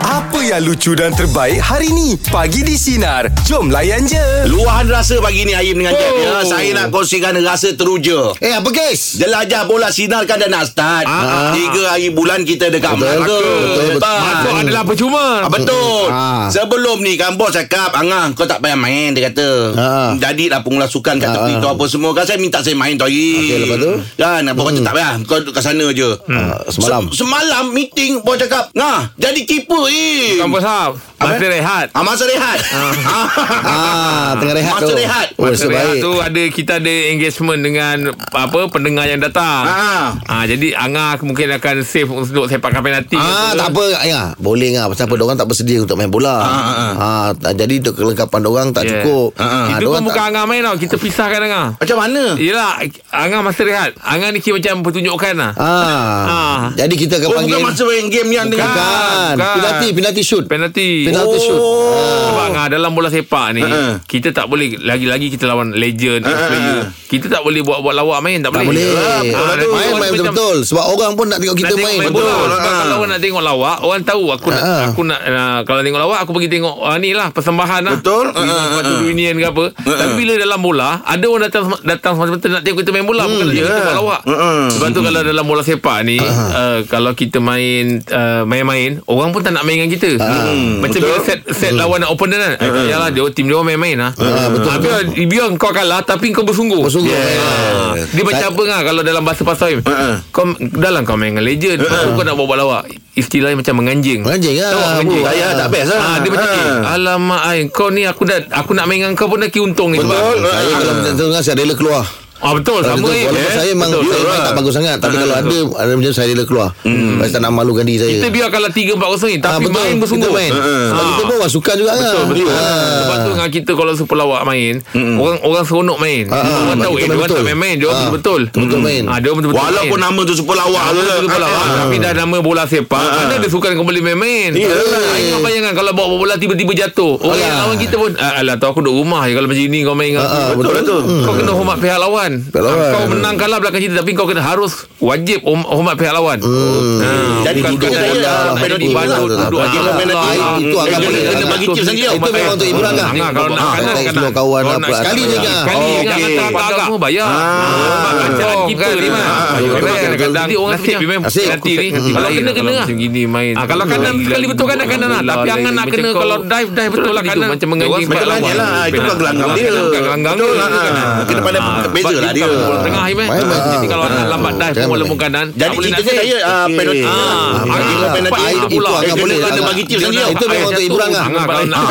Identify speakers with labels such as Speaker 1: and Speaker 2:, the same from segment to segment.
Speaker 1: Apa yang lucu dan terbaik hari ni? Pagi di Sinar. Jom layan je.
Speaker 2: Luahan rasa pagi ni Aim dengan Jeb
Speaker 3: Oh.
Speaker 2: ya. Saya nak kongsikan rasa teruja.
Speaker 3: Eh apa kes?
Speaker 2: Jelajah bola sinarkan dan astad.
Speaker 3: Ah.
Speaker 2: Tiga hari bulan kita dekat
Speaker 3: Betul,
Speaker 2: Melaka.
Speaker 3: betul, betul.
Speaker 2: Lepas.
Speaker 4: Masuk adalah percuma.
Speaker 2: Ah, betul.
Speaker 3: Ah.
Speaker 2: Sebelum ni kan bos cakap, "Angah, kau tak payah main," dia kata.
Speaker 3: Ah.
Speaker 2: Jadilah pengulas sukan kat
Speaker 3: Ah,
Speaker 2: tepi
Speaker 3: ah.
Speaker 2: tu apa semua. Kan saya minta saya main tu hari.
Speaker 3: Okey, lepas tu? Hmm.
Speaker 2: Kan, apa kata tak payah. Kau duduk kat sana je.
Speaker 3: Ah, semalam.
Speaker 2: Se- semalam meeting bos cakap, "Ngah, jadi keeper, Im."
Speaker 4: Kampus Hab. Masa ha, rehat.
Speaker 2: Ah, masa rehat.
Speaker 3: Ah, tengah rehat
Speaker 2: Masa
Speaker 3: tu.
Speaker 2: rehat.
Speaker 3: Oh,
Speaker 4: Masa
Speaker 3: nasib
Speaker 4: rehat
Speaker 3: baik.
Speaker 4: tu ada kita ada engagement dengan apa pendengar yang datang.
Speaker 2: Ah.
Speaker 3: Ha.
Speaker 4: Ah jadi Angah mungkin akan save untuk sepak kapan nanti.
Speaker 3: Ah, tak apa. Ya, boleh ngah. Pasal apa orang tak bersedia untuk main bola. Ah, ah, ah. jadi tu kelengkapan orang tak
Speaker 4: Yeah. Ha,
Speaker 3: cukup.
Speaker 2: Ah,
Speaker 4: Itu
Speaker 3: dorang
Speaker 4: pun bukan Angah main tau. Kita pisahkan Angah.
Speaker 2: Macam mana?
Speaker 4: Yelah Angah masa rehat. Angah ni kira macam pertunjukan lah.
Speaker 3: Ah.
Speaker 4: Ah.
Speaker 3: Jadi kita akan
Speaker 2: Oh,
Speaker 3: panggil
Speaker 2: bukan masa main game yang
Speaker 3: Bukan.
Speaker 2: dengan...
Speaker 4: Bukan.
Speaker 3: Penalti, penalti shoot.
Speaker 4: Penalti.
Speaker 3: Penalti Ha, shoot.
Speaker 4: Sebab ah, dalam bola sepak ni
Speaker 2: Ha-ha.
Speaker 4: Kita tak boleh Lagi-lagi kita lawan legend
Speaker 2: Ha-ha.
Speaker 4: player. Kita tak boleh buat-buat lawak main Tak,
Speaker 3: Ha, Tak boleh.
Speaker 4: Ah,
Speaker 3: Ah, main
Speaker 4: nanti orang
Speaker 3: main
Speaker 4: macam-
Speaker 3: betul-betul sebab orang pun nak tengok
Speaker 4: nak
Speaker 3: kita
Speaker 4: tengok
Speaker 3: main.
Speaker 4: main
Speaker 3: Betul.
Speaker 4: bola. Sebab
Speaker 2: Ah.
Speaker 4: kalau orang nak tengok lawak, orang tahu aku nak
Speaker 3: Ah.
Speaker 4: aku nak ah, kalau tengok lawak aku pergi tengok ah, ni lah persembahan lah.
Speaker 2: Betul.
Speaker 4: Pergi
Speaker 2: Ah,
Speaker 4: Satu
Speaker 2: ah, ah.
Speaker 4: union ke apa. Tapi bila dalam bola, ada orang datang datang semata-mata nak tengok kita main bola bukan nak tengok kita buat lawak. Sebab tu kalau dalam bola sepak ni ah, kalau kita main ah, main-main, orang pun tak nak main dengan kita. Macam bila set set lawan opponent kan. Eh, Yalah dia tim dia orang main-main lah.
Speaker 3: betul.
Speaker 4: Tapi biar kau kalah tapi kau bersungguh.
Speaker 3: Bersungguh.
Speaker 4: Ah,
Speaker 3: Yeah.
Speaker 4: Dia macam apa kan kalau dalam bahasa pasal Im?
Speaker 2: Ha-ha.
Speaker 4: Kau dalam kau main dengan legend,
Speaker 3: Ha.
Speaker 4: uh kau nak buat lawak. Istilahnya macam menganjing.
Speaker 3: Anjing
Speaker 4: Tahu
Speaker 3: ah.
Speaker 4: anjing.
Speaker 3: bu.
Speaker 2: Saya tak best lah.
Speaker 4: Ah, dia macam eh, alamak ai kau ni aku dah aku nak main dengan kau pun dah ki untung ni.
Speaker 2: Betul.
Speaker 4: sebab-
Speaker 3: Saya
Speaker 2: Ah.
Speaker 3: kalau macam tu kan saya rela keluar.
Speaker 4: Ah betul
Speaker 3: Kalau
Speaker 4: sama
Speaker 3: betul,
Speaker 4: Im,
Speaker 3: walaupun
Speaker 4: eh.
Speaker 3: saya memang saya main tak bagus sangat
Speaker 4: Ah,
Speaker 3: tapi kalau ada ada macam saya rela keluar. Saya tak nak malukan diri saya.
Speaker 4: Hmm.
Speaker 3: Ah,
Speaker 4: Kita biar kalah 3-4-0 ni Tapi
Speaker 3: betul.
Speaker 4: main bersungguh
Speaker 3: Kita main. Sebab
Speaker 4: Ah.
Speaker 3: kita pun orang suka juga kan.
Speaker 4: Betul.
Speaker 3: Ah.
Speaker 4: Sebab tu dengan kita kalau super lawak main, orang orang seronok main.
Speaker 3: Ah, ah,
Speaker 4: orang
Speaker 3: sebab
Speaker 4: tahu
Speaker 3: kita main
Speaker 4: eh dia orang
Speaker 3: betul.
Speaker 4: tak main-main, dia orang
Speaker 3: Ah,
Speaker 4: betul.
Speaker 3: betul main.
Speaker 4: Ah dia orang betul-betul.
Speaker 2: Walaupun
Speaker 4: main.
Speaker 2: nama tu super lawak
Speaker 3: Ah,
Speaker 2: tu
Speaker 4: Nama
Speaker 3: ya,
Speaker 2: lah.
Speaker 4: tu bola awak Tapi dah nama bola sepak Mana ada sukan kau boleh main-main Ah, Ingat bayangan Kalau bawa bola tiba-tiba jatuh Orang yang
Speaker 3: Alah.
Speaker 4: lawan kita pun ah, Alah tu aku duduk rumah je Kalau macam ni kau main dengan
Speaker 3: Ah, ah,
Speaker 4: aku."
Speaker 3: betul lah tu.
Speaker 4: Kau kena hormat pihak lawan
Speaker 3: Pihak lawan.
Speaker 4: Kau menang kalah belakang cerita Tapi kau kena harus Wajib hom- hormat pihak lawan
Speaker 3: Hmm.
Speaker 4: Ah,
Speaker 2: Jadi
Speaker 4: bukan
Speaker 2: duduk
Speaker 4: sekadar
Speaker 2: bola,
Speaker 4: nak
Speaker 2: penalti
Speaker 4: jadi bandar,
Speaker 3: bola.
Speaker 4: Duduk
Speaker 3: Ah,
Speaker 4: aja
Speaker 3: ah,
Speaker 4: penalti.
Speaker 3: ah, itu agak
Speaker 2: Kena-
Speaker 3: boleh.
Speaker 2: Kena
Speaker 3: Ah,
Speaker 2: bagi tip sendiri.
Speaker 3: itu memang untuk hiburan lah.
Speaker 4: Angah, kalau nak
Speaker 3: Ah,
Speaker 4: kanan,
Speaker 3: baik
Speaker 4: kanan.
Speaker 3: seluruh kawan
Speaker 4: Kalau
Speaker 3: apa,
Speaker 4: nak
Speaker 3: sekali
Speaker 4: kanan,
Speaker 3: je, Angah.
Speaker 4: Sekali
Speaker 3: Oh,
Speaker 4: je,
Speaker 2: okey.
Speaker 4: Angah tak agak semua bayar. Sebab Rancangan kita ni mah.
Speaker 3: betul, betul, betul.
Speaker 4: Kadang-kadang
Speaker 5: Nasib,
Speaker 4: orang sedih memang
Speaker 3: nasib.
Speaker 4: nanti ni.
Speaker 3: Hmm.
Speaker 4: Kalau kena kena lah.
Speaker 5: macam gini main
Speaker 4: Ah, kalau kanan sekali betul kanan kanan lah. Tapi Angah nak kena kalau dive dive betul lah kanan.
Speaker 5: Macam menganjing
Speaker 4: Macam
Speaker 5: bak
Speaker 2: Kelangnya
Speaker 5: lawan.
Speaker 2: lah. Itu bukan gelanggang dia.
Speaker 4: Bukan gelanggang
Speaker 2: Betul
Speaker 4: dia.
Speaker 2: lah.
Speaker 4: Ah.
Speaker 2: Kena pandai beza lah dia.
Speaker 4: Bola tengah Iman.
Speaker 3: Main, main.
Speaker 4: Jadi kalau nak
Speaker 3: Ah.
Speaker 4: lambat dive
Speaker 3: Jangan
Speaker 4: bola
Speaker 3: main.
Speaker 4: pun kanan. tak
Speaker 2: Jadi
Speaker 4: boleh nak
Speaker 2: ceritanya
Speaker 4: save.
Speaker 2: saya ah, penalti.
Speaker 4: Ah,
Speaker 2: Ah,
Speaker 4: agak
Speaker 2: kira
Speaker 3: lah.
Speaker 2: penalti
Speaker 4: Baik,
Speaker 2: itu
Speaker 4: itu
Speaker 2: pula.
Speaker 4: agak
Speaker 2: Eh,
Speaker 3: boleh.
Speaker 2: Kena
Speaker 3: Agak-
Speaker 2: bagi tip
Speaker 3: dia
Speaker 2: sendiri.
Speaker 3: nak- itu
Speaker 2: Ah,
Speaker 3: memang untuk hiburan lah.
Speaker 4: Angah kalau nak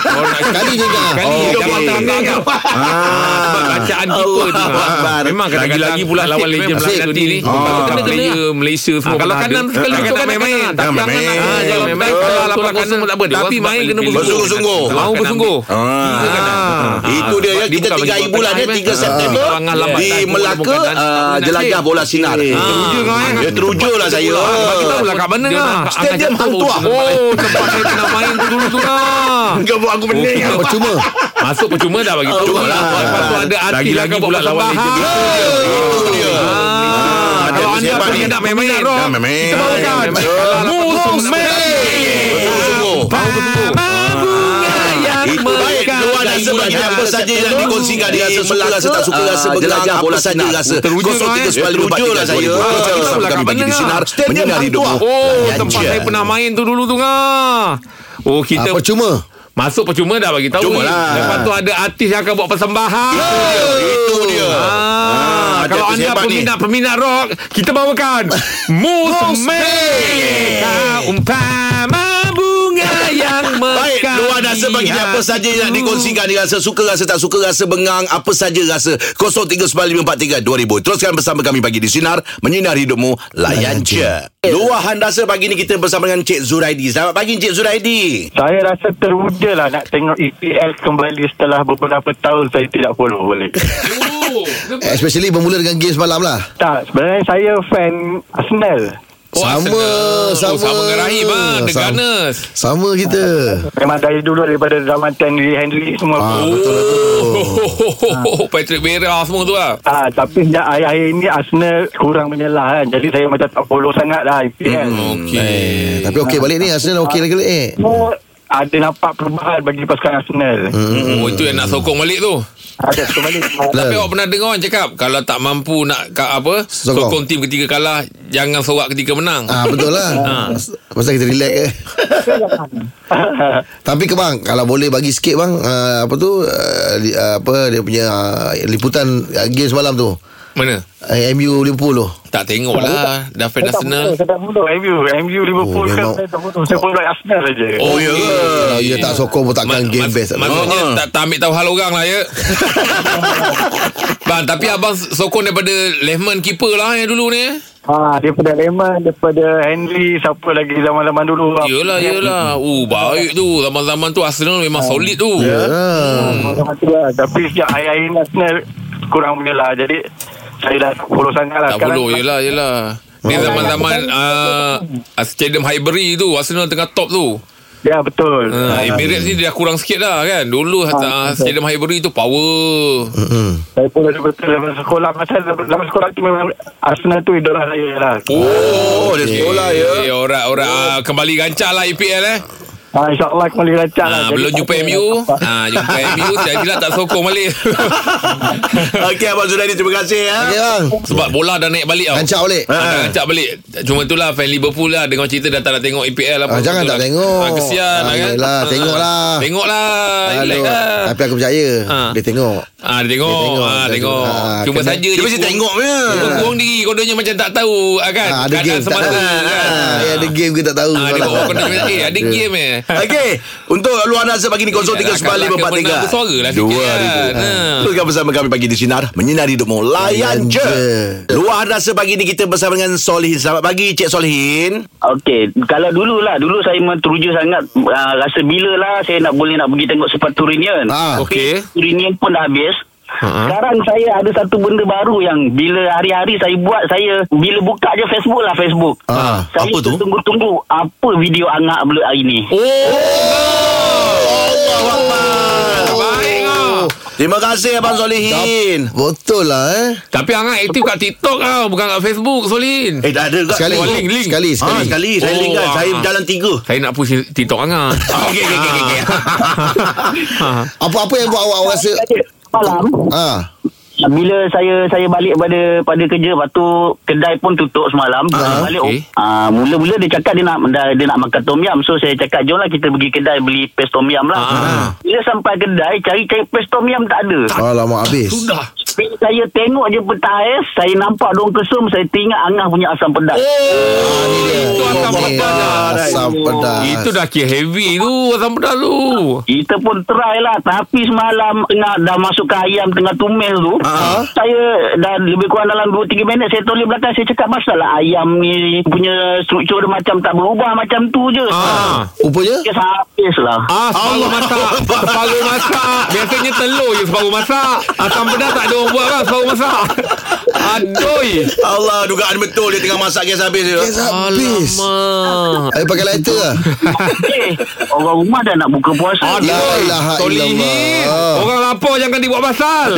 Speaker 4: Kalau nak
Speaker 3: Sekali je kan.
Speaker 4: Sekali
Speaker 3: Oh,
Speaker 4: oh,
Speaker 3: okey.
Speaker 4: Jangan tak angkat Sebab bacaan keeper tu
Speaker 2: Allah
Speaker 4: Ah,
Speaker 2: Akbar.
Speaker 4: Memang
Speaker 2: Lagi-lagi
Speaker 4: kadang-kadang pula lawan legend
Speaker 3: nasib.
Speaker 4: Melaka ni Ah,
Speaker 3: Ah.
Speaker 4: Kena kena Malaysia semua
Speaker 5: kalau kanan sekali
Speaker 4: Kadang-kadang
Speaker 5: betul
Speaker 4: tak main-main Ah,
Speaker 5: kanan.
Speaker 4: Tapi
Speaker 2: Jangan
Speaker 4: jangan
Speaker 2: main-main.
Speaker 4: nak Jangan
Speaker 5: Jangan
Speaker 4: main
Speaker 5: main.
Speaker 4: Kalau
Speaker 5: Betul
Speaker 4: lapan
Speaker 5: lah,
Speaker 4: kosong pun tak apa Dia
Speaker 5: Tapi
Speaker 4: orang
Speaker 5: main
Speaker 4: sebab
Speaker 5: kena
Speaker 4: lebih-
Speaker 2: bersungguh-sungguh.
Speaker 4: Mau bersungguh
Speaker 2: Ah. Itu dia ya kita tiga hari bulan dia 3 September di Melaka ah, jelajah bola sinar.
Speaker 4: Teruja kau eh
Speaker 2: Ya teruja lah saya.
Speaker 4: Bagi tahu lah kat mana
Speaker 5: Dia
Speaker 4: lah
Speaker 5: nak-
Speaker 2: Stadium hang tuah.
Speaker 4: Oh tempat saya pernah main tu dulu tu lah
Speaker 2: Kau buat aku pening.
Speaker 3: Percuma.
Speaker 4: Masuk percuma dah bagi tahu
Speaker 2: Percuma
Speaker 4: lah.
Speaker 2: lah.
Speaker 4: Lepas tu ada hati lah
Speaker 5: Lagi-lagi
Speaker 4: kau buat Ah.
Speaker 5: pula lawan
Speaker 4: persembahan.
Speaker 5: legend.
Speaker 2: Itu Oh, dia. Ah,
Speaker 4: Ah,
Speaker 2: Ada
Speaker 4: Kalau anda
Speaker 2: persiapan ni.
Speaker 4: nak main-main
Speaker 2: Jangan main-main.
Speaker 4: Kita bawakan
Speaker 5: Main-main.
Speaker 4: Musuh
Speaker 2: Sungguh. Ah. Itu baik Keluar rasa bagi apa saja yang dikongsikan Dia Ah, rasa suka rasa tak suka rasa Bergelang apa saja rasa
Speaker 4: Teruja kau, eh?
Speaker 2: 0395432000 Teruja lah saya
Speaker 4: Teruja lah
Speaker 2: Bersama kami
Speaker 4: kat
Speaker 2: bagi di
Speaker 4: mana?
Speaker 2: sinar
Speaker 4: Stadium
Speaker 2: Menyinari
Speaker 4: Hang Tuah.
Speaker 2: hidupmu
Speaker 4: Oh
Speaker 2: Layan
Speaker 4: tempat
Speaker 2: je.
Speaker 4: saya pernah main tu dulu tu ngah. Oh
Speaker 3: Ah,
Speaker 4: kita
Speaker 3: Percuma.
Speaker 4: masuk percuma dah bagi tahu.
Speaker 2: Percuma
Speaker 4: ni.
Speaker 2: lah.
Speaker 4: Lepas tu ada artis yang akan buat persembahan.
Speaker 2: Itu dia
Speaker 4: Ah,
Speaker 2: Ya. Ah,
Speaker 4: kalau
Speaker 2: ada
Speaker 4: anda
Speaker 2: persiapan ni.
Speaker 4: peminat-peminat rock, kita bawakan Musme. Umpama bunga yang
Speaker 2: Baik,
Speaker 4: mekar.
Speaker 2: luar rasa bagi dia apa saja yang nak dikongsikan dia rasa suka rasa tak suka rasa bengang apa saja rasa 0395432000 teruskan bersama kami bagi di sinar menyinari hidupmu layan je. Luahan rasa pagi ni kita bersama dengan Cik Zuraidi. Selamat pagi Cik Zuraidi.
Speaker 6: Saya rasa teruja lah nak tengok EPL kembali setelah beberapa tahun saya tidak follow boleh.
Speaker 4: Oh,
Speaker 3: Especially bermula dengan game semalam lah.
Speaker 6: tak, sebenarnya saya fan Arsenal.
Speaker 4: Oh,
Speaker 3: Sama,
Speaker 4: Arsenal.
Speaker 3: sama.
Speaker 4: Oh, sama dengan Rahim ah, The
Speaker 3: Sama.
Speaker 4: Gunners.
Speaker 3: Sama kita.
Speaker 6: Memang dari dulu daripada zaman Henry Henry semua
Speaker 3: Ah,
Speaker 6: ah.
Speaker 3: betul lah tu.
Speaker 4: Oh, Patrick Vieira semua tu lah.
Speaker 6: Ah, tapi sejak akhir-akhir ini Arsenal kurang menyelah kan. Jadi saya macam tak follow sangat lah EPL. Hmm.
Speaker 4: Okey.
Speaker 3: Tapi okey balik ni Arsenal okey lagi eh.
Speaker 6: So, Oh, ada nampak perubahan bagi pasukan Arsenal. Hmm.
Speaker 4: Oh, itu yang nak sokong balik tu.
Speaker 6: Ada kembali.
Speaker 4: Tapi awak pernah dengar orang cakap kalau tak mampu nak ka, apa sokong.
Speaker 3: Sokong.
Speaker 4: sokong tim ketika kalah, jangan sorak ketika menang.
Speaker 3: Ah betul lah. Masa kita relax eh. Tapi ke bang kalau boleh bagi sikit bang uh, apa tu uh, li, uh, apa dia punya uh, liputan uh, game semalam tu.
Speaker 4: Mana?
Speaker 3: Uh, MU Liverpool tu.
Speaker 4: Tak tengok lah Dah fan Arsenal
Speaker 6: Saya tak follow MU. MU
Speaker 3: Oh,
Speaker 6: Liverpool kan
Speaker 3: memang-
Speaker 6: saya tak follow. Saya follow Arsenal saja.
Speaker 4: Oh, ya ke?
Speaker 3: Kalau dia tak sokong pun takkan
Speaker 4: Ma-
Speaker 3: game
Speaker 4: mas-
Speaker 3: best. Oh,
Speaker 4: Maksudnya tak, tak ambil tahu hal orang lah ya Bang tapi abang sokong daripada Lehman keeper lah yang dulu ni eh.
Speaker 6: Ha, daripada Lehman, daripada Henry, siapa lagi zaman-zaman dulu.
Speaker 4: Yelah yelah Uh baik tu Zaman-zaman tu Arsenal memang solid tu
Speaker 3: Ya.
Speaker 6: Zaman tu lah. Tapi sejak akhir-akhir ini Arsenal kurang menyelah. Jadi saya dah tak follow sangat lah.
Speaker 4: Tak perlu yelah yelah Ni zaman-zaman uh, Stadium Highbury tu Arsenal tengah top tu
Speaker 6: Ya, betul.
Speaker 4: uh, Emirates ni dah kurang sikit dah kan Dulu uh, Stadium Highbury tu power
Speaker 3: Hmm.
Speaker 6: Saya follow betul dalam sekolah. Masa dalam sekolah tu memang Arsenal tu idola saya lah.
Speaker 2: Oh, dia sekolah ya.
Speaker 4: Eh, orang orang ah, kembali gancang lah EPL eh.
Speaker 6: Ha, InsyaAllah kembali rancang lah.
Speaker 4: Ah,
Speaker 6: Jadi
Speaker 4: belum
Speaker 6: tak
Speaker 4: jumpa
Speaker 6: ada
Speaker 4: MU.
Speaker 6: apa-apa.
Speaker 4: Ah, jumpa MU jadilah tak sokong balik.
Speaker 2: Okey Abang Zunaidi terima kasih ya.
Speaker 3: Okey bang.
Speaker 4: Sebab bola dah naik balik tau.
Speaker 3: Kancak balik.
Speaker 4: Ah, dah Gancak balik Cuma tu lah Fan Liverpool lah Dengar cerita dah tak nak tengok EPL apa
Speaker 3: Ah, jangan
Speaker 4: tu
Speaker 3: tak
Speaker 4: lah.
Speaker 3: tengok.
Speaker 4: ah, Kesian
Speaker 3: Ah,
Speaker 4: lah kan
Speaker 3: yelah, tengok lah.
Speaker 4: Tengok lah Relax
Speaker 3: Aduh,
Speaker 4: lah
Speaker 3: Ah, tapi aku percaya
Speaker 4: Ah.
Speaker 3: dia tengok.
Speaker 4: ah, Dia tengok,
Speaker 3: Dia tengok,
Speaker 4: ah,
Speaker 3: dia
Speaker 4: tengok.
Speaker 3: tengok. Ah,
Speaker 4: Cuma
Speaker 3: kena-
Speaker 4: saja
Speaker 2: Dia
Speaker 4: dia
Speaker 2: mesti
Speaker 4: kurang-
Speaker 2: tengok je.
Speaker 4: Dia kurang diri Kononnya macam tak tahu ah, kan?
Speaker 3: Ah, ada game
Speaker 4: Keadaan
Speaker 3: tak
Speaker 4: semasa
Speaker 3: tahu.
Speaker 4: kan?
Speaker 3: Ah, eh, ada game ke tak tahu.
Speaker 4: Ah, dia buat kena macam eh ada game eh.
Speaker 2: Okey, untuk luar nasa pagi ni
Speaker 4: Nak bersuara
Speaker 2: 039543.
Speaker 4: lah sikit kan. Ha.
Speaker 2: Teruskan bersama kami pagi di Sinar Menyinari hidupmu Layan
Speaker 3: Layan
Speaker 2: je
Speaker 3: je.
Speaker 2: Luar nasa pagi ni kita bersama dengan Solihin Selamat pagi Cik Solihin
Speaker 5: Okey, kalau dululah dulu saya menteruja sangat uh, rasa bila lah saya nak boleh nak pergi tengok sepatu Reunion.
Speaker 3: Ah.
Speaker 4: Okey.
Speaker 5: Reunion pun dah habis. Uh-huh. Sekarang saya ada satu benda baru yang bila hari-hari saya buat saya bila buka je Facebook lah Facebook.
Speaker 3: Ah,
Speaker 5: saya
Speaker 2: apa tu?
Speaker 5: Tunggu-tunggu apa video angak belut hari ni.
Speaker 4: Baik ah.
Speaker 2: Terima kasih Abang Solihin
Speaker 3: Betul lah eh.
Speaker 4: Tapi Angah aktif kat TikTok ah, bukan kat Facebook, Solin.
Speaker 2: Eh tak ada juga
Speaker 3: Sekali.
Speaker 4: Oh, link, link.
Speaker 3: Sekali,
Speaker 2: Sekali,
Speaker 3: sekali.
Speaker 2: ha, sekali. Saya
Speaker 4: Oh,
Speaker 2: link kan
Speaker 4: ah.
Speaker 2: Saya berjalan tiga
Speaker 4: Saya nak push TikTok Angah.
Speaker 2: Okey okey okey okey.
Speaker 4: Ah.
Speaker 3: Apa-apa yang buat awak awak rasa
Speaker 5: Malam
Speaker 3: Ah,
Speaker 5: bila saya saya balik pada pada kerja lepas tu kedai pun tutup semalam uh, balik
Speaker 4: Ah, okey.
Speaker 5: okay. uh, mula-mula dia cakap dia nak dah, dia nak makan tom yam so saya cakap jomlah kita pergi kedai beli pes tom yam lah
Speaker 4: Ah.
Speaker 5: bila sampai kedai cari-cari pes tom yam tak ada
Speaker 3: alamak habis.
Speaker 4: Sudah.
Speaker 5: Bila saya tengok je petais saya nampak dong kesum saya teringat angah punya asam pedas
Speaker 4: Itu asam
Speaker 3: Okey,
Speaker 4: pedas dah.
Speaker 3: Asam pedas.
Speaker 4: Itu dah kira heavy tu asam pedas tu.
Speaker 5: Kita pun try lah Tapi semalam Tengah dah masukkan ayam Tengah tumis tu
Speaker 3: Ah.
Speaker 5: Saya Dah lebih kurang dalam 2-3 minit Saya toleh belakang Saya cakap masalah Ayam ni Punya struktur dia macam Tak berubah Macam tu je
Speaker 4: Ah.
Speaker 3: Rupanya
Speaker 5: Kes habis lah
Speaker 4: Ah, separuh masak Separuh masak Biasanya telur je separuh masak Asam pedas tak ada orang buat kan Separuh masak Adoi
Speaker 2: Allah dugaan betul Dia tengah masak kes habis dia
Speaker 3: Kes habis.
Speaker 4: Alamak
Speaker 3: Ayo pakai lighter lah.
Speaker 5: Eh, Orang rumah dah nak buka puasa
Speaker 3: La
Speaker 4: Adoi
Speaker 3: ilaha
Speaker 4: Solihin
Speaker 7: Oh.
Speaker 3: illallah.
Speaker 4: Orang lapar jangan dibuat pasal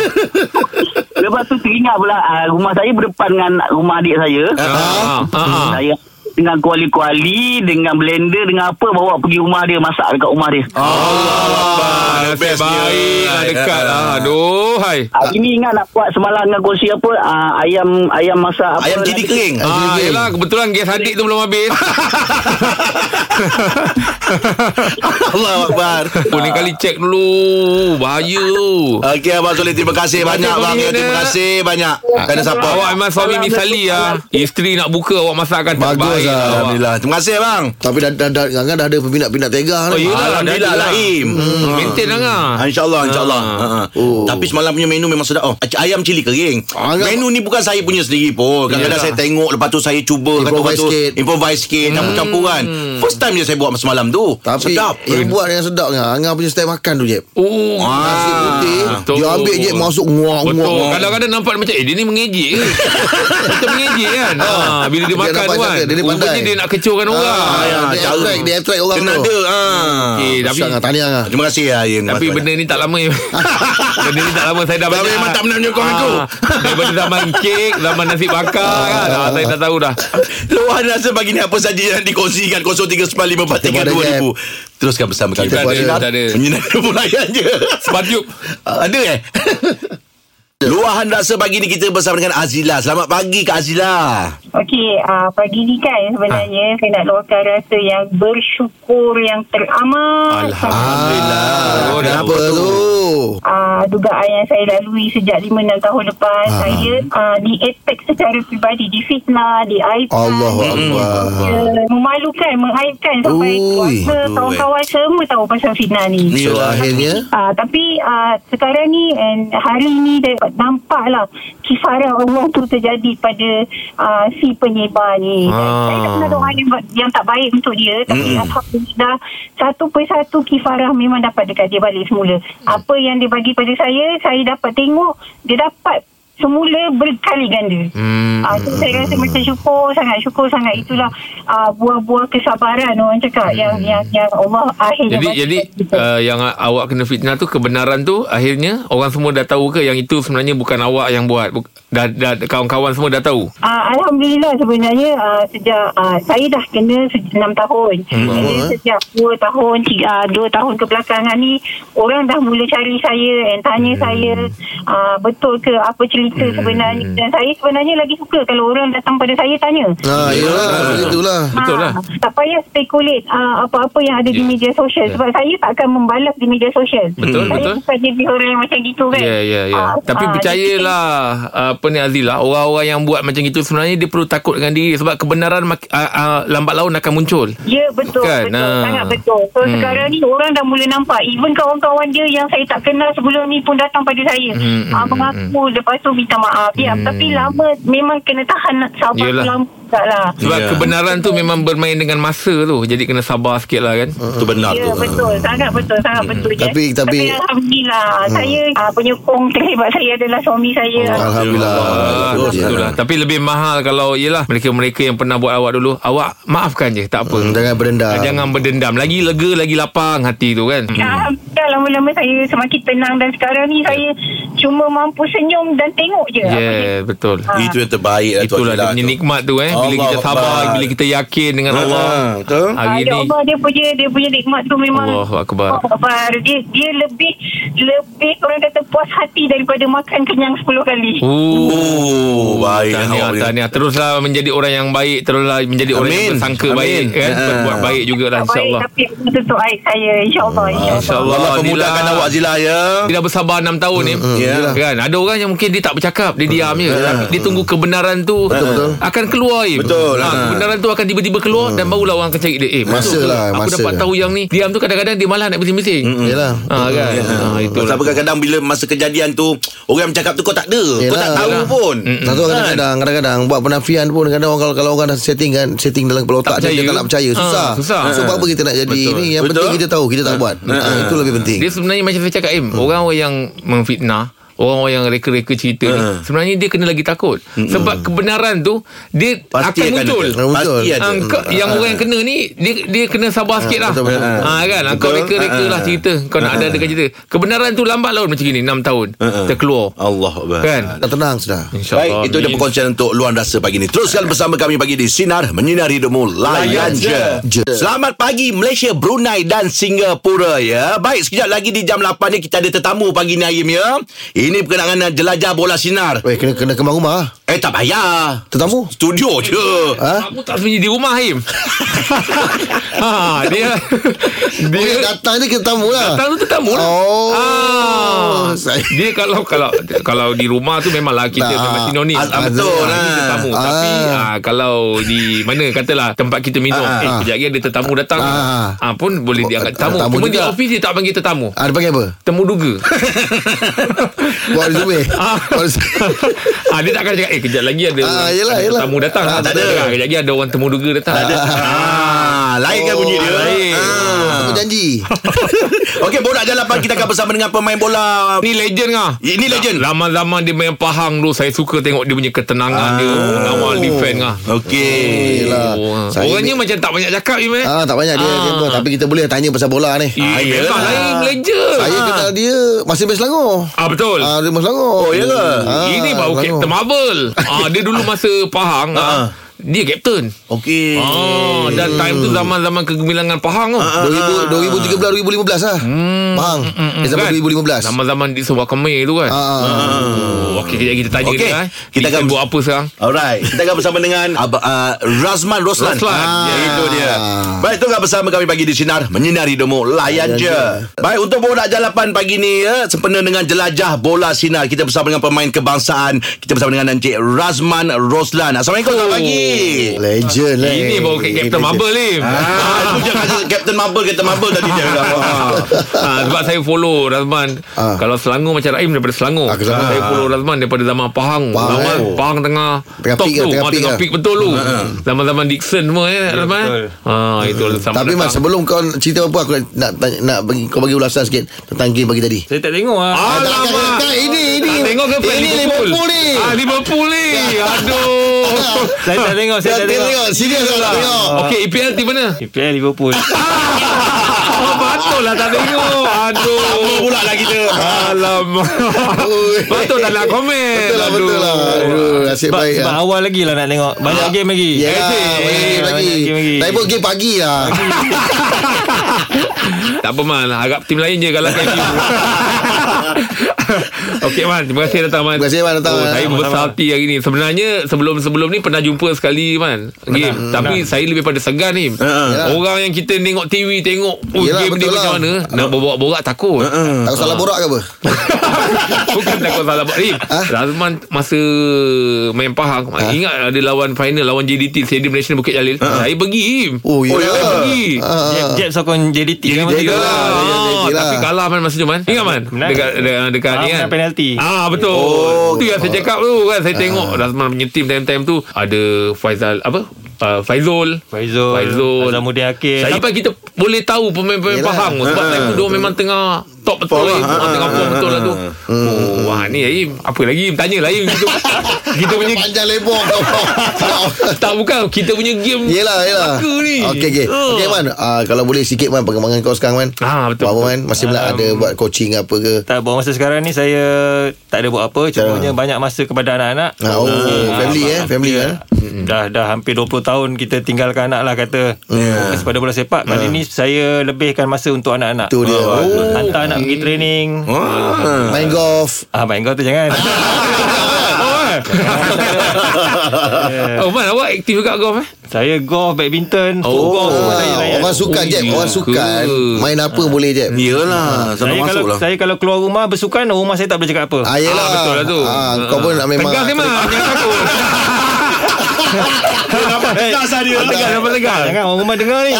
Speaker 5: Lepas tu teringat pula ah, Rumah saya berdepan dengan Rumah adik saya
Speaker 4: Ah, ah, ah.
Speaker 5: Saya dengan kuali-kuali Dengan blender Dengan apa Bawa pergi rumah dia Masak dekat rumah dia
Speaker 4: Ah, nasib baik lah dekat lah. Aduh, hai.
Speaker 5: Ah, ini ingat nak buat semalam dengan kongsi apa ah, ayam ayam masak apa
Speaker 2: Ayam cili keling
Speaker 4: Ah, yelah, kebetulan gas adik tu belum habis.
Speaker 2: Allah Akbar
Speaker 4: Oh, ni kali cek dulu. Bahaya tu.
Speaker 2: Okey Abang Solihin Terima kasih
Speaker 4: Terima kasih,
Speaker 2: banyak Abang
Speaker 4: Solihin, eh.
Speaker 2: Terima kasih banyak Kerana support
Speaker 4: Awak memang suami misali lah. Isteri nak buka, awak masakkan tak
Speaker 3: Bagus
Speaker 4: baik.
Speaker 3: lah,
Speaker 4: lah awak.
Speaker 2: Alhamdulillah Terima kasih bang
Speaker 3: Tapi dah dah dah, dah, dah ada peminat-peminat tega
Speaker 4: Oh,
Speaker 3: ni.
Speaker 4: yelah.
Speaker 2: Alhamdulillah
Speaker 4: dah, dah.
Speaker 2: Laim
Speaker 4: Hmm, Maintain lah ngah.
Speaker 2: Ah, InsyaAllah InsyaAllah ha. ha.
Speaker 3: Oh.
Speaker 2: Tapi semalam punya menu memang sedap oh. ac- Ayam cili kering
Speaker 3: Ah, agak-
Speaker 2: Menu ni bukan saya punya sendiri pun Kadang-kadang
Speaker 4: Iyalah.
Speaker 2: saya tengok Lepas tu saya cuba
Speaker 3: Improvise
Speaker 2: lepas tu,
Speaker 3: sikit.
Speaker 2: Improvise sikit Campur-campur kan First time je saya buat semalam tu
Speaker 3: Tapi
Speaker 2: Sedap
Speaker 3: yang buat yang sedap kan Angah punya style makan tu Jeb
Speaker 4: Oh,
Speaker 2: Ah,
Speaker 3: Nasi putih
Speaker 4: betul.
Speaker 3: Dia ambil je masuk nguak nguak
Speaker 4: Betul.
Speaker 3: nguak.
Speaker 4: Kadang-kadang nampak dia macam eh dia ni mengejek ke? Macam mengejek kan. Ha, bila dia
Speaker 3: Ah, Dia
Speaker 4: makan
Speaker 3: nampak
Speaker 4: tu kan.
Speaker 3: cantik, dia ni
Speaker 4: Rupanya dia nak kecohkan orang.
Speaker 3: Ah,
Speaker 2: ya,
Speaker 3: dia
Speaker 2: cara.
Speaker 3: attract, dia attract orang
Speaker 2: Kena
Speaker 3: tu.
Speaker 2: ada Oh, ha.
Speaker 4: Okey, tapi
Speaker 3: Sangat tahniah lah
Speaker 2: Terima kasih Ayin
Speaker 4: tapi benda ni tak lama. benda ni tak lama saya dah
Speaker 2: Tapi
Speaker 4: banyak. Ah,
Speaker 2: memang tak pernah menyokong aku.
Speaker 4: Daripada zaman kek, zaman nasi bakar kan. Ah, saya dah tahu dah.
Speaker 2: Luahan rasa pagi ni apa saja yang dikongsikan 0395432000. Teruskan bersama kami.
Speaker 4: Kita
Speaker 3: ada,
Speaker 2: Sinar,
Speaker 4: kita ada.
Speaker 2: Menyinari pelayan je.
Speaker 4: Sepatutnya
Speaker 2: ada eh? Luahan rasa pagi ni kita bersama dengan Azila. Selamat pagi Kak Azila.
Speaker 7: Okey, uh, pagi ni kan
Speaker 4: Ah.
Speaker 7: sebenarnya ha. saya nak luahkan rasa yang bersyukur yang teramat.
Speaker 4: Alhamdulillah.
Speaker 3: Ah,
Speaker 4: Oh, dah
Speaker 3: Kenapa tu
Speaker 7: Uh, dugaan yang saya lalui sejak 5-6 tahun lepas ha. saya uh, di attack secara pribadi di fitnah, di aibkan
Speaker 3: Allah Allah
Speaker 7: Ya, memalukan, mengaibkan
Speaker 3: Ui,
Speaker 7: sampai keluarga,
Speaker 2: aduh,
Speaker 7: kawan-kawan semua tahu pasal fitnah ni
Speaker 3: So
Speaker 2: Yelah.
Speaker 3: akhirnya
Speaker 7: Ah, tapi ah, sekarang ni and hari ni dapat nampaklah kifarah Allah tu terjadi pada ah, si penyebar ni.
Speaker 4: Ah.
Speaker 7: Saya tak pernah doa yang, yang tak baik untuk dia tapi mm. alhamdulillah satu persatu kifarah memang dapat dekat dia balik semula. Apa yang dia bagi pada saya, saya dapat tengok dia dapat semula berkali ganda.
Speaker 4: Hmm.
Speaker 7: Ah, tu saya rasa macam syukur sangat syukur sangat itulah ah, buah-buah kesabaran orang cakap yang yang yang Allah akhirnya
Speaker 4: Jadi
Speaker 7: bagi
Speaker 4: jadi
Speaker 7: kat kita.
Speaker 4: uh, yang awak kena fitnah tu kebenaran tu akhirnya orang semua dah tahu ke yang itu sebenarnya bukan awak yang buat. Buk- Dah, dah kawan-kawan semua dah tahu.
Speaker 7: Uh, Alhamdulillah sebenarnya uh, sejak uh, saya dah kena se- enam tahun. Hmm.
Speaker 3: eh.
Speaker 7: sejak dua tahun, tiga, uh, dua tahun kebelakangan ni orang dah mula cari saya dan tanya hmm. saya uh, betul ke apa cerita hmm. sebenarnya. Dan saya sebenarnya lagi suka kalau orang datang pada saya tanya.
Speaker 3: Nah, Ah, yelah, itulah.
Speaker 4: Betul lah.
Speaker 7: Ha, tak payah spekulate uh, apa-apa yang ada di
Speaker 4: Ya.
Speaker 7: media
Speaker 4: Ya.
Speaker 7: sosial sebab saya tak akan membalas di media sosial.
Speaker 4: Betul,
Speaker 7: saya
Speaker 4: betul.
Speaker 7: bukan jadi orang yang macam gitu kan.
Speaker 4: Ya, ya, ya.
Speaker 7: Ah,
Speaker 4: Tapi
Speaker 7: ah,
Speaker 4: percayalah apa ni Azila, orang-orang yang buat macam itu sebenarnya dia perlu takut dengan diri sebab kebenaran mak- ah, ah, lambat laun akan muncul.
Speaker 7: Ya betul
Speaker 4: Kan?
Speaker 7: kan? betul
Speaker 4: Ha.
Speaker 7: ha. sangat betul. So
Speaker 4: Hmm.
Speaker 7: hmm. sekarang ni orang dah mula nampak even kawan-kawan dia yang saya tak kenal sebelum ni pun datang pada saya.
Speaker 4: Hmm,
Speaker 7: Hmm,
Speaker 4: hmm,
Speaker 7: ah, mengaku hmm. lepas tu minta maaf. Ya
Speaker 4: Hmm.
Speaker 7: hmm. tapi lama memang kena tahan nak sabar
Speaker 4: Yelah.
Speaker 7: lama tak lah.
Speaker 4: Sebab
Speaker 2: Ya.
Speaker 4: yeah. kebenaran tu memang bermain dengan masa tu. Jadi kena sabar sikit lah kan.
Speaker 2: Itu benar
Speaker 7: Ya
Speaker 2: tu.
Speaker 7: betul sangat betul sangat betul je.
Speaker 3: Tapi- tapi-
Speaker 7: alhamdulillah saya ah, penyokong terhebat saya adalah suami saya.
Speaker 3: Oh, Alhamdulillah
Speaker 4: Ah,
Speaker 3: Bagus, ya.
Speaker 4: Itulah. Tapi lebih mahal kalau ialah mereka-mereka yang pernah buat awak dulu, awak maafkan je, tak apa. Ah,
Speaker 3: Hmm, Jangan berendam
Speaker 4: Jangan berdendam. Lagi lega, lagi lapang hati tu kan.
Speaker 7: Ya, Alhamdulillah lama-lama saya semakin tenang dan sekarang ni saya cuma mampu senyum dan tengok je.
Speaker 4: Ya,
Speaker 7: Apa yang
Speaker 4: yeah, betul.
Speaker 2: Itu yang terbaik
Speaker 7: Ya,
Speaker 2: lah tu
Speaker 4: Itulah dia
Speaker 2: Azila
Speaker 4: punya
Speaker 2: tu.
Speaker 4: nikmat tu eh. Bila
Speaker 2: Allah
Speaker 4: kita sabar,
Speaker 2: Akbar.
Speaker 4: bila kita yakin dengan
Speaker 2: Ha,
Speaker 4: Allah.
Speaker 2: betul.
Speaker 7: Ah,
Speaker 4: Hari
Speaker 7: ya
Speaker 4: ni
Speaker 7: Allah dia punya dia punya nikmat tu memang
Speaker 4: Allahu Akbar.
Speaker 7: Allahu Akbar. Dia dia lebih lebih orang kata puas hati daripada makan kenyang 10 kali.
Speaker 4: Oh,
Speaker 2: Oh, baik.
Speaker 4: tahniah,
Speaker 2: Awak boleh-
Speaker 4: tahniah. Teruslah menjadi orang yang baik, teruslah menjadi orang yang
Speaker 2: Amin.
Speaker 4: bersangka
Speaker 2: Amin.
Speaker 4: baik kan.
Speaker 2: Ha.
Speaker 4: Berbuat baik jugalah
Speaker 7: Tak baik
Speaker 4: insya-Allah.
Speaker 7: tapi Allah tutup air saya insya-Allah insya-Allah.
Speaker 4: InsyaAllah
Speaker 2: Allah pemudahkan
Speaker 4: Azila.
Speaker 2: awak Azila ya.
Speaker 4: Dia dah bersabar 6 tahun ni
Speaker 2: ya. Hmm.
Speaker 4: kan ada orang yang mungkin dia tak bercakap dia diam je Tapi dia tunggu kebenaran tu
Speaker 2: betul.
Speaker 4: akan keluar
Speaker 2: Ha,
Speaker 4: Im.
Speaker 2: Betul, ha.
Speaker 4: ha,
Speaker 2: Hmm.
Speaker 4: kebenaran tu akan tiba-tiba keluar dan barulah orang akan cari dia eh
Speaker 3: Masa
Speaker 4: betul ke?
Speaker 3: lah,
Speaker 4: aku
Speaker 3: masa.
Speaker 4: dapat tahu yang ni diam tu kadang-kadang dia malah nak bising-bising
Speaker 2: Hmm,
Speaker 3: Yelah
Speaker 4: ha kan
Speaker 2: Ya.
Speaker 4: ha
Speaker 2: Sebab
Speaker 4: itulah
Speaker 2: kadang-kadang bila masa kejadian tu Orang yang cakap tu kau tak ada Kau tak
Speaker 3: Yelah.
Speaker 2: tahu
Speaker 3: Yelah.
Speaker 2: pun Kan?
Speaker 3: Satu
Speaker 4: Kan?
Speaker 3: orang kadang-kadang Kadang-kadang buat penafian pun Kadang-kadang orang, kalau, kalau orang dah setting kan Setting dalam kepala otak
Speaker 4: Tak
Speaker 3: dia, dia
Speaker 4: percaya.
Speaker 3: tak nak percaya Susah
Speaker 4: Ah, susah.
Speaker 3: So buat apa kita nak jadi
Speaker 4: Betul.
Speaker 3: Ini yang
Speaker 2: Betul.
Speaker 3: penting kita tahu Kita tak buat Ah, Itu lebih penting
Speaker 4: dia sebenarnya macam saya cakap Im
Speaker 2: Hmm.
Speaker 4: orang-orang yang memfitnah Orang-orang yang reka-reka cerita ni
Speaker 2: Hmm.
Speaker 4: Sebenarnya dia kena lagi takut Sebab kebenaran tu Dia
Speaker 2: Pasti akan
Speaker 4: akan muncul
Speaker 2: ada. Hmm. Pasti
Speaker 3: Betul.
Speaker 2: ada
Speaker 4: Ah, kau, yang orang yang kena ni dia dia kena sabar sikit lah
Speaker 3: betul, betul.
Speaker 4: ha, kan kau
Speaker 2: Ah, Betul.
Speaker 4: reka-reka lah
Speaker 2: Ah.
Speaker 4: cerita kau nak ada dekat cerita kebenaran tu lambat laun macam gini 6 tahun terkeluar
Speaker 2: Allah
Speaker 4: kan
Speaker 3: Dah tenang sudah
Speaker 2: Ah. Baik, itu dia
Speaker 4: Amin.
Speaker 2: perkongsian untuk luar rasa pagi ni. Teruskan bersama kami pagi di Sinar Menyinari Hidupmu Layan je.
Speaker 3: Je.
Speaker 2: Selamat pagi Malaysia, Brunei dan Singapura ya. Baik, sekejap lagi di jam 8 ni kita ada tetamu pagi ni Ayim ya. Ini berkenaan dengan jelajah bola sinar.
Speaker 3: Weh, kena, kena kembang rumah ah.
Speaker 2: Eh tak payah.
Speaker 3: Tetamu
Speaker 2: Studio je.
Speaker 3: Ha?
Speaker 4: Aku tak sembunyi di rumah Haim ha, Dia
Speaker 3: Dia
Speaker 4: Dia
Speaker 3: Oh, datang je kita tamu lah
Speaker 4: Datang tu tetamu lah
Speaker 3: Oh.
Speaker 4: Ah.
Speaker 3: Saya-
Speaker 4: Dia kalau kalau kalau di rumah tu memanglah kita
Speaker 3: Tak.
Speaker 4: memang sinonim.
Speaker 2: Ah, betul
Speaker 4: Ah,
Speaker 2: lah.
Speaker 4: ini Tetamu. Tapi
Speaker 3: Ah.
Speaker 4: ah, kalau di mana katalah tempat kita minum, eh kejap lagi ada tetamu datang.
Speaker 3: Ah.
Speaker 4: Ah pun boleh dianggap tetamu.
Speaker 3: Tetamu
Speaker 4: Cuma di
Speaker 3: juga.
Speaker 4: office dia tak panggil tetamu.
Speaker 3: Ah, dia panggil apa?
Speaker 4: Temu duga.
Speaker 3: Buat resume
Speaker 4: Ah.
Speaker 3: Buat resume
Speaker 4: ah, dia tak akan cakap Eh kejap lagi ada
Speaker 3: Ah, yelah,
Speaker 4: ada
Speaker 3: yelah.
Speaker 4: Tetamu datang ah, Tak ada Kejap lagi ada orang temu duga datang Tak ada ah,
Speaker 2: Ah, lain kan bunyi dia.
Speaker 4: lain.
Speaker 2: Ah.
Speaker 3: Aku janji
Speaker 4: Oh,
Speaker 2: Okey, bola jalapan kita akan bersama dengan pemain bola.
Speaker 4: Ni legend lah
Speaker 2: Ini legend.
Speaker 4: Lama-lama dia main Pahang tu Saya suka tengok dia punya ketenangan ah. dia Awal defend lah
Speaker 2: Okey.
Speaker 3: Yelah
Speaker 4: Oh,
Speaker 3: Ah. saya
Speaker 4: Orangnya macam tak banyak cakap ni eh.
Speaker 3: Ah tak banyak dia
Speaker 4: Ah.
Speaker 3: tempoh tapi kita boleh tanya pasal bola ni.
Speaker 2: yelah.
Speaker 4: Ah, yelah lain legend
Speaker 3: Saya kenal dia masih main Selangor.
Speaker 4: Ah betul.
Speaker 3: Ah dia main
Speaker 2: Oh,
Speaker 3: Selangor.
Speaker 2: ya ke?
Speaker 3: Ah,
Speaker 4: Ini baru
Speaker 3: Selangor.
Speaker 4: Captain Marvel. ah dia dulu masa Pahang ah, dia captain.
Speaker 2: Okey.
Speaker 4: Ah dan time tu zaman-zaman kegemilangan Pahang tu.
Speaker 3: 2000, 2013 2015 lah. Hmm. Bang. Dia sampai
Speaker 4: kan?
Speaker 3: 2015.
Speaker 4: Zaman-zaman di sebuah kemeh tu kan.
Speaker 3: Ah, ah.
Speaker 4: Oh, Okey kejap kita tanya
Speaker 2: Okey.
Speaker 4: dia eh.
Speaker 2: Kita
Speaker 4: Kita
Speaker 2: akan-
Speaker 4: akan buat apa sekarang?
Speaker 2: Alright, kita akan bersama dengan Ab- uh, Razman Roslan.
Speaker 4: Roslan.
Speaker 2: Ya,
Speaker 4: Ah.
Speaker 2: itu dia. Baik, tunggu bersama kami pagi di Sinar. Menyinari Demo, layan je. Baik, untuk bola jalapan pagi ni, ya, sempena dengan jelajah bola Sinar. Kita bersama dengan pemain kebangsaan. Kita bersama dengan Encik Razman Roslan. Assalamualaikum, selamat pagi.
Speaker 3: Legend lah.
Speaker 4: Ini baru Captain Marvel ni.
Speaker 2: Ah, itu je kata Captain Marvel, Captain Marvel tadi dia bilang. Ah.
Speaker 4: ha, sebab saya follow Razman
Speaker 3: Ah.
Speaker 4: ha. kalau Selangor macam Raim daripada Selangor
Speaker 3: Ah, ke Selangor.
Speaker 4: saya follow Razman daripada zaman Pahang
Speaker 3: Pahang,
Speaker 4: zaman
Speaker 3: eh.
Speaker 4: Pahang tengah,
Speaker 3: Tengah
Speaker 4: top
Speaker 3: peak
Speaker 4: tu
Speaker 3: lah, tengah
Speaker 4: Ah,
Speaker 3: peak
Speaker 4: tengah
Speaker 3: lah.
Speaker 4: peak betul tu zaman-zaman Dixon semua ya Razman ha, itu sama
Speaker 3: Hmm. Tapi Mas
Speaker 4: datang.
Speaker 3: sebelum kau cerita apa aku nak nak, tanya, nak bagi, kau bagi ulasan sikit tentang game pagi tadi.
Speaker 8: Saya tak tengok lah
Speaker 4: ah. Alamak
Speaker 3: Ah, Tak, ini ini.
Speaker 4: Tak tengok ke fan
Speaker 3: Ini Liverpool ni.
Speaker 4: Ah, Liverpool ni Aduh
Speaker 8: Saya tak tengok Saya tak tengok
Speaker 3: Tengok, serius lah. Tengok.
Speaker 4: Okey E EPL tiba mana?
Speaker 8: EPL Eh, Liverpool
Speaker 4: Oh patut lah tak tengok Aduh Apa pula lah kita Alamak Patut tak nak komen
Speaker 3: Betul lah, betul lah. Aduh, nasib
Speaker 8: sebab,
Speaker 3: baik
Speaker 8: sebab
Speaker 4: ah.
Speaker 3: lah.
Speaker 8: awal lagi lah nak tengok Banyak game lagi
Speaker 3: Ya,
Speaker 8: banyak
Speaker 3: banyak
Speaker 8: game
Speaker 3: lagi.
Speaker 8: lagi.
Speaker 3: Tapi pun game pagi lah.
Speaker 4: Tak apa Man Harap tim lain je Kalahkan you Okey Man Terima kasih datang Man
Speaker 3: Terima kasih, Man, datang,
Speaker 4: oh,
Speaker 3: Man.
Speaker 4: Saya berbesar hati hari ni Sebenarnya Sebelum-sebelum ni Pernah jumpa sekali Man Game
Speaker 3: Hmm.
Speaker 4: Tapi saya lebih pada segan ni
Speaker 3: Yalah.
Speaker 4: Orang yang kita tengok TV Tengok oh,
Speaker 3: Ha, Yalah,
Speaker 4: Game ni
Speaker 3: betul
Speaker 4: macam
Speaker 3: lah. Ha,
Speaker 4: mana Nak berborak-borak takut
Speaker 3: Tak salah borak ke apa?
Speaker 4: Bukan takut salah buat Rim
Speaker 3: Ha.
Speaker 4: Razman masa Main Pahang Ingat ada lawan final Lawan JDT Stadium National Bukit Jalil Saya pergi Rim
Speaker 3: Ha, Oh, ya.
Speaker 4: saya pergi ah.
Speaker 8: Jeb, Jeb sokong JDT kan masa
Speaker 4: JDT
Speaker 8: tu.
Speaker 4: lah
Speaker 3: JDT lah.
Speaker 4: Tapi kalah man masa tu man Ingat man
Speaker 8: Menang.
Speaker 4: Dekat dekat, dekat
Speaker 8: Ah,
Speaker 4: ni kan
Speaker 8: menang penalti.
Speaker 4: Ah betul oh, Itu yang saya cakap tu kan
Speaker 3: Ah.
Speaker 4: Saya tengok Razman punya team Time-time tu Ada Faizal Apa Uh, Faizul
Speaker 8: Faizul,
Speaker 4: Faizul
Speaker 8: Azamuddin Hakim.
Speaker 4: Sampai kita boleh tahu Pemain-pemain
Speaker 3: Yelah. Ah,
Speaker 4: Pahang Sebab time tu Dia memang tengah Top betul lah Memang tengah form betul lah
Speaker 3: ah,
Speaker 4: tu
Speaker 3: Hmm.
Speaker 4: Oh wah ni Im Apa lagi Im Tanya lah Im Kita, kita punya
Speaker 3: Panjang lebar kau.
Speaker 4: Tak bukan Kita punya game
Speaker 3: Yelah, yelah.
Speaker 4: Belaka ni
Speaker 3: Okey, okey.
Speaker 4: Ah.
Speaker 3: Okey, Man. Ah, kalau boleh sikit, Man, perkembangan kau sekarang, Man.
Speaker 4: Ah, betul,
Speaker 3: Buat apa,
Speaker 4: betul.
Speaker 3: Man? Masih pula ada buat coaching apa ke?
Speaker 8: Tak buat masa sekarang ni Saya tak ada buat apa Cumanya banyak masa kepada anak-anak
Speaker 3: Ah, oh,
Speaker 8: Ah,
Speaker 3: family,
Speaker 8: abang-
Speaker 3: eh, family,
Speaker 8: abang-
Speaker 3: eh.
Speaker 8: Dah dah hampir 20 tahun Kita tinggalkan anak lah Kata Fokus pada bola sepak Kali ni saya lebihkan masa Untuk anak-anak
Speaker 3: Tu dia.
Speaker 8: Ah,
Speaker 3: Oh,
Speaker 8: Hantar anak pergi training
Speaker 3: Main golf.
Speaker 8: Ah, main kau tu jangan
Speaker 4: Oh, eh. oh man awak aktif juga golf eh
Speaker 8: Saya golf badminton Oh, golf semua saya
Speaker 3: Ah,
Speaker 8: layan.
Speaker 3: orang sukan, Jeb. Orang sukan. Main apa boleh, Jeb?
Speaker 2: Yelah,
Speaker 8: Saya
Speaker 2: sampai
Speaker 8: kalau
Speaker 2: masuk lah.
Speaker 8: saya kalau keluar rumah bersukan rumah saya tak boleh cakap apa.
Speaker 3: Ah, yelah.
Speaker 4: Ah, betul lah tu.
Speaker 3: Ah, kau pun memang...
Speaker 4: Tegas ni man Jangan takut
Speaker 2: Tak sah dia.
Speaker 4: Tegas apa tegas
Speaker 8: Jangan orang rumah dengar ni.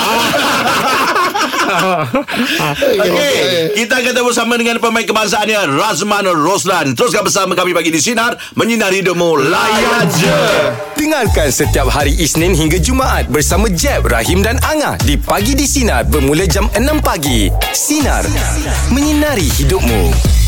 Speaker 2: Okey, kita akan terus bersama dengan pemain kebangsaannya Razman Roslan. Teruskan bersama kami pagi di Sinar menyinari demo layan je.
Speaker 1: Dengarkan setiap hari Isnin hingga Jumaat bersama Jeb, Rahim dan Angah di Pagi di Sinar bermula jam 6 pagi. Sinar. Menyinari hidupmu.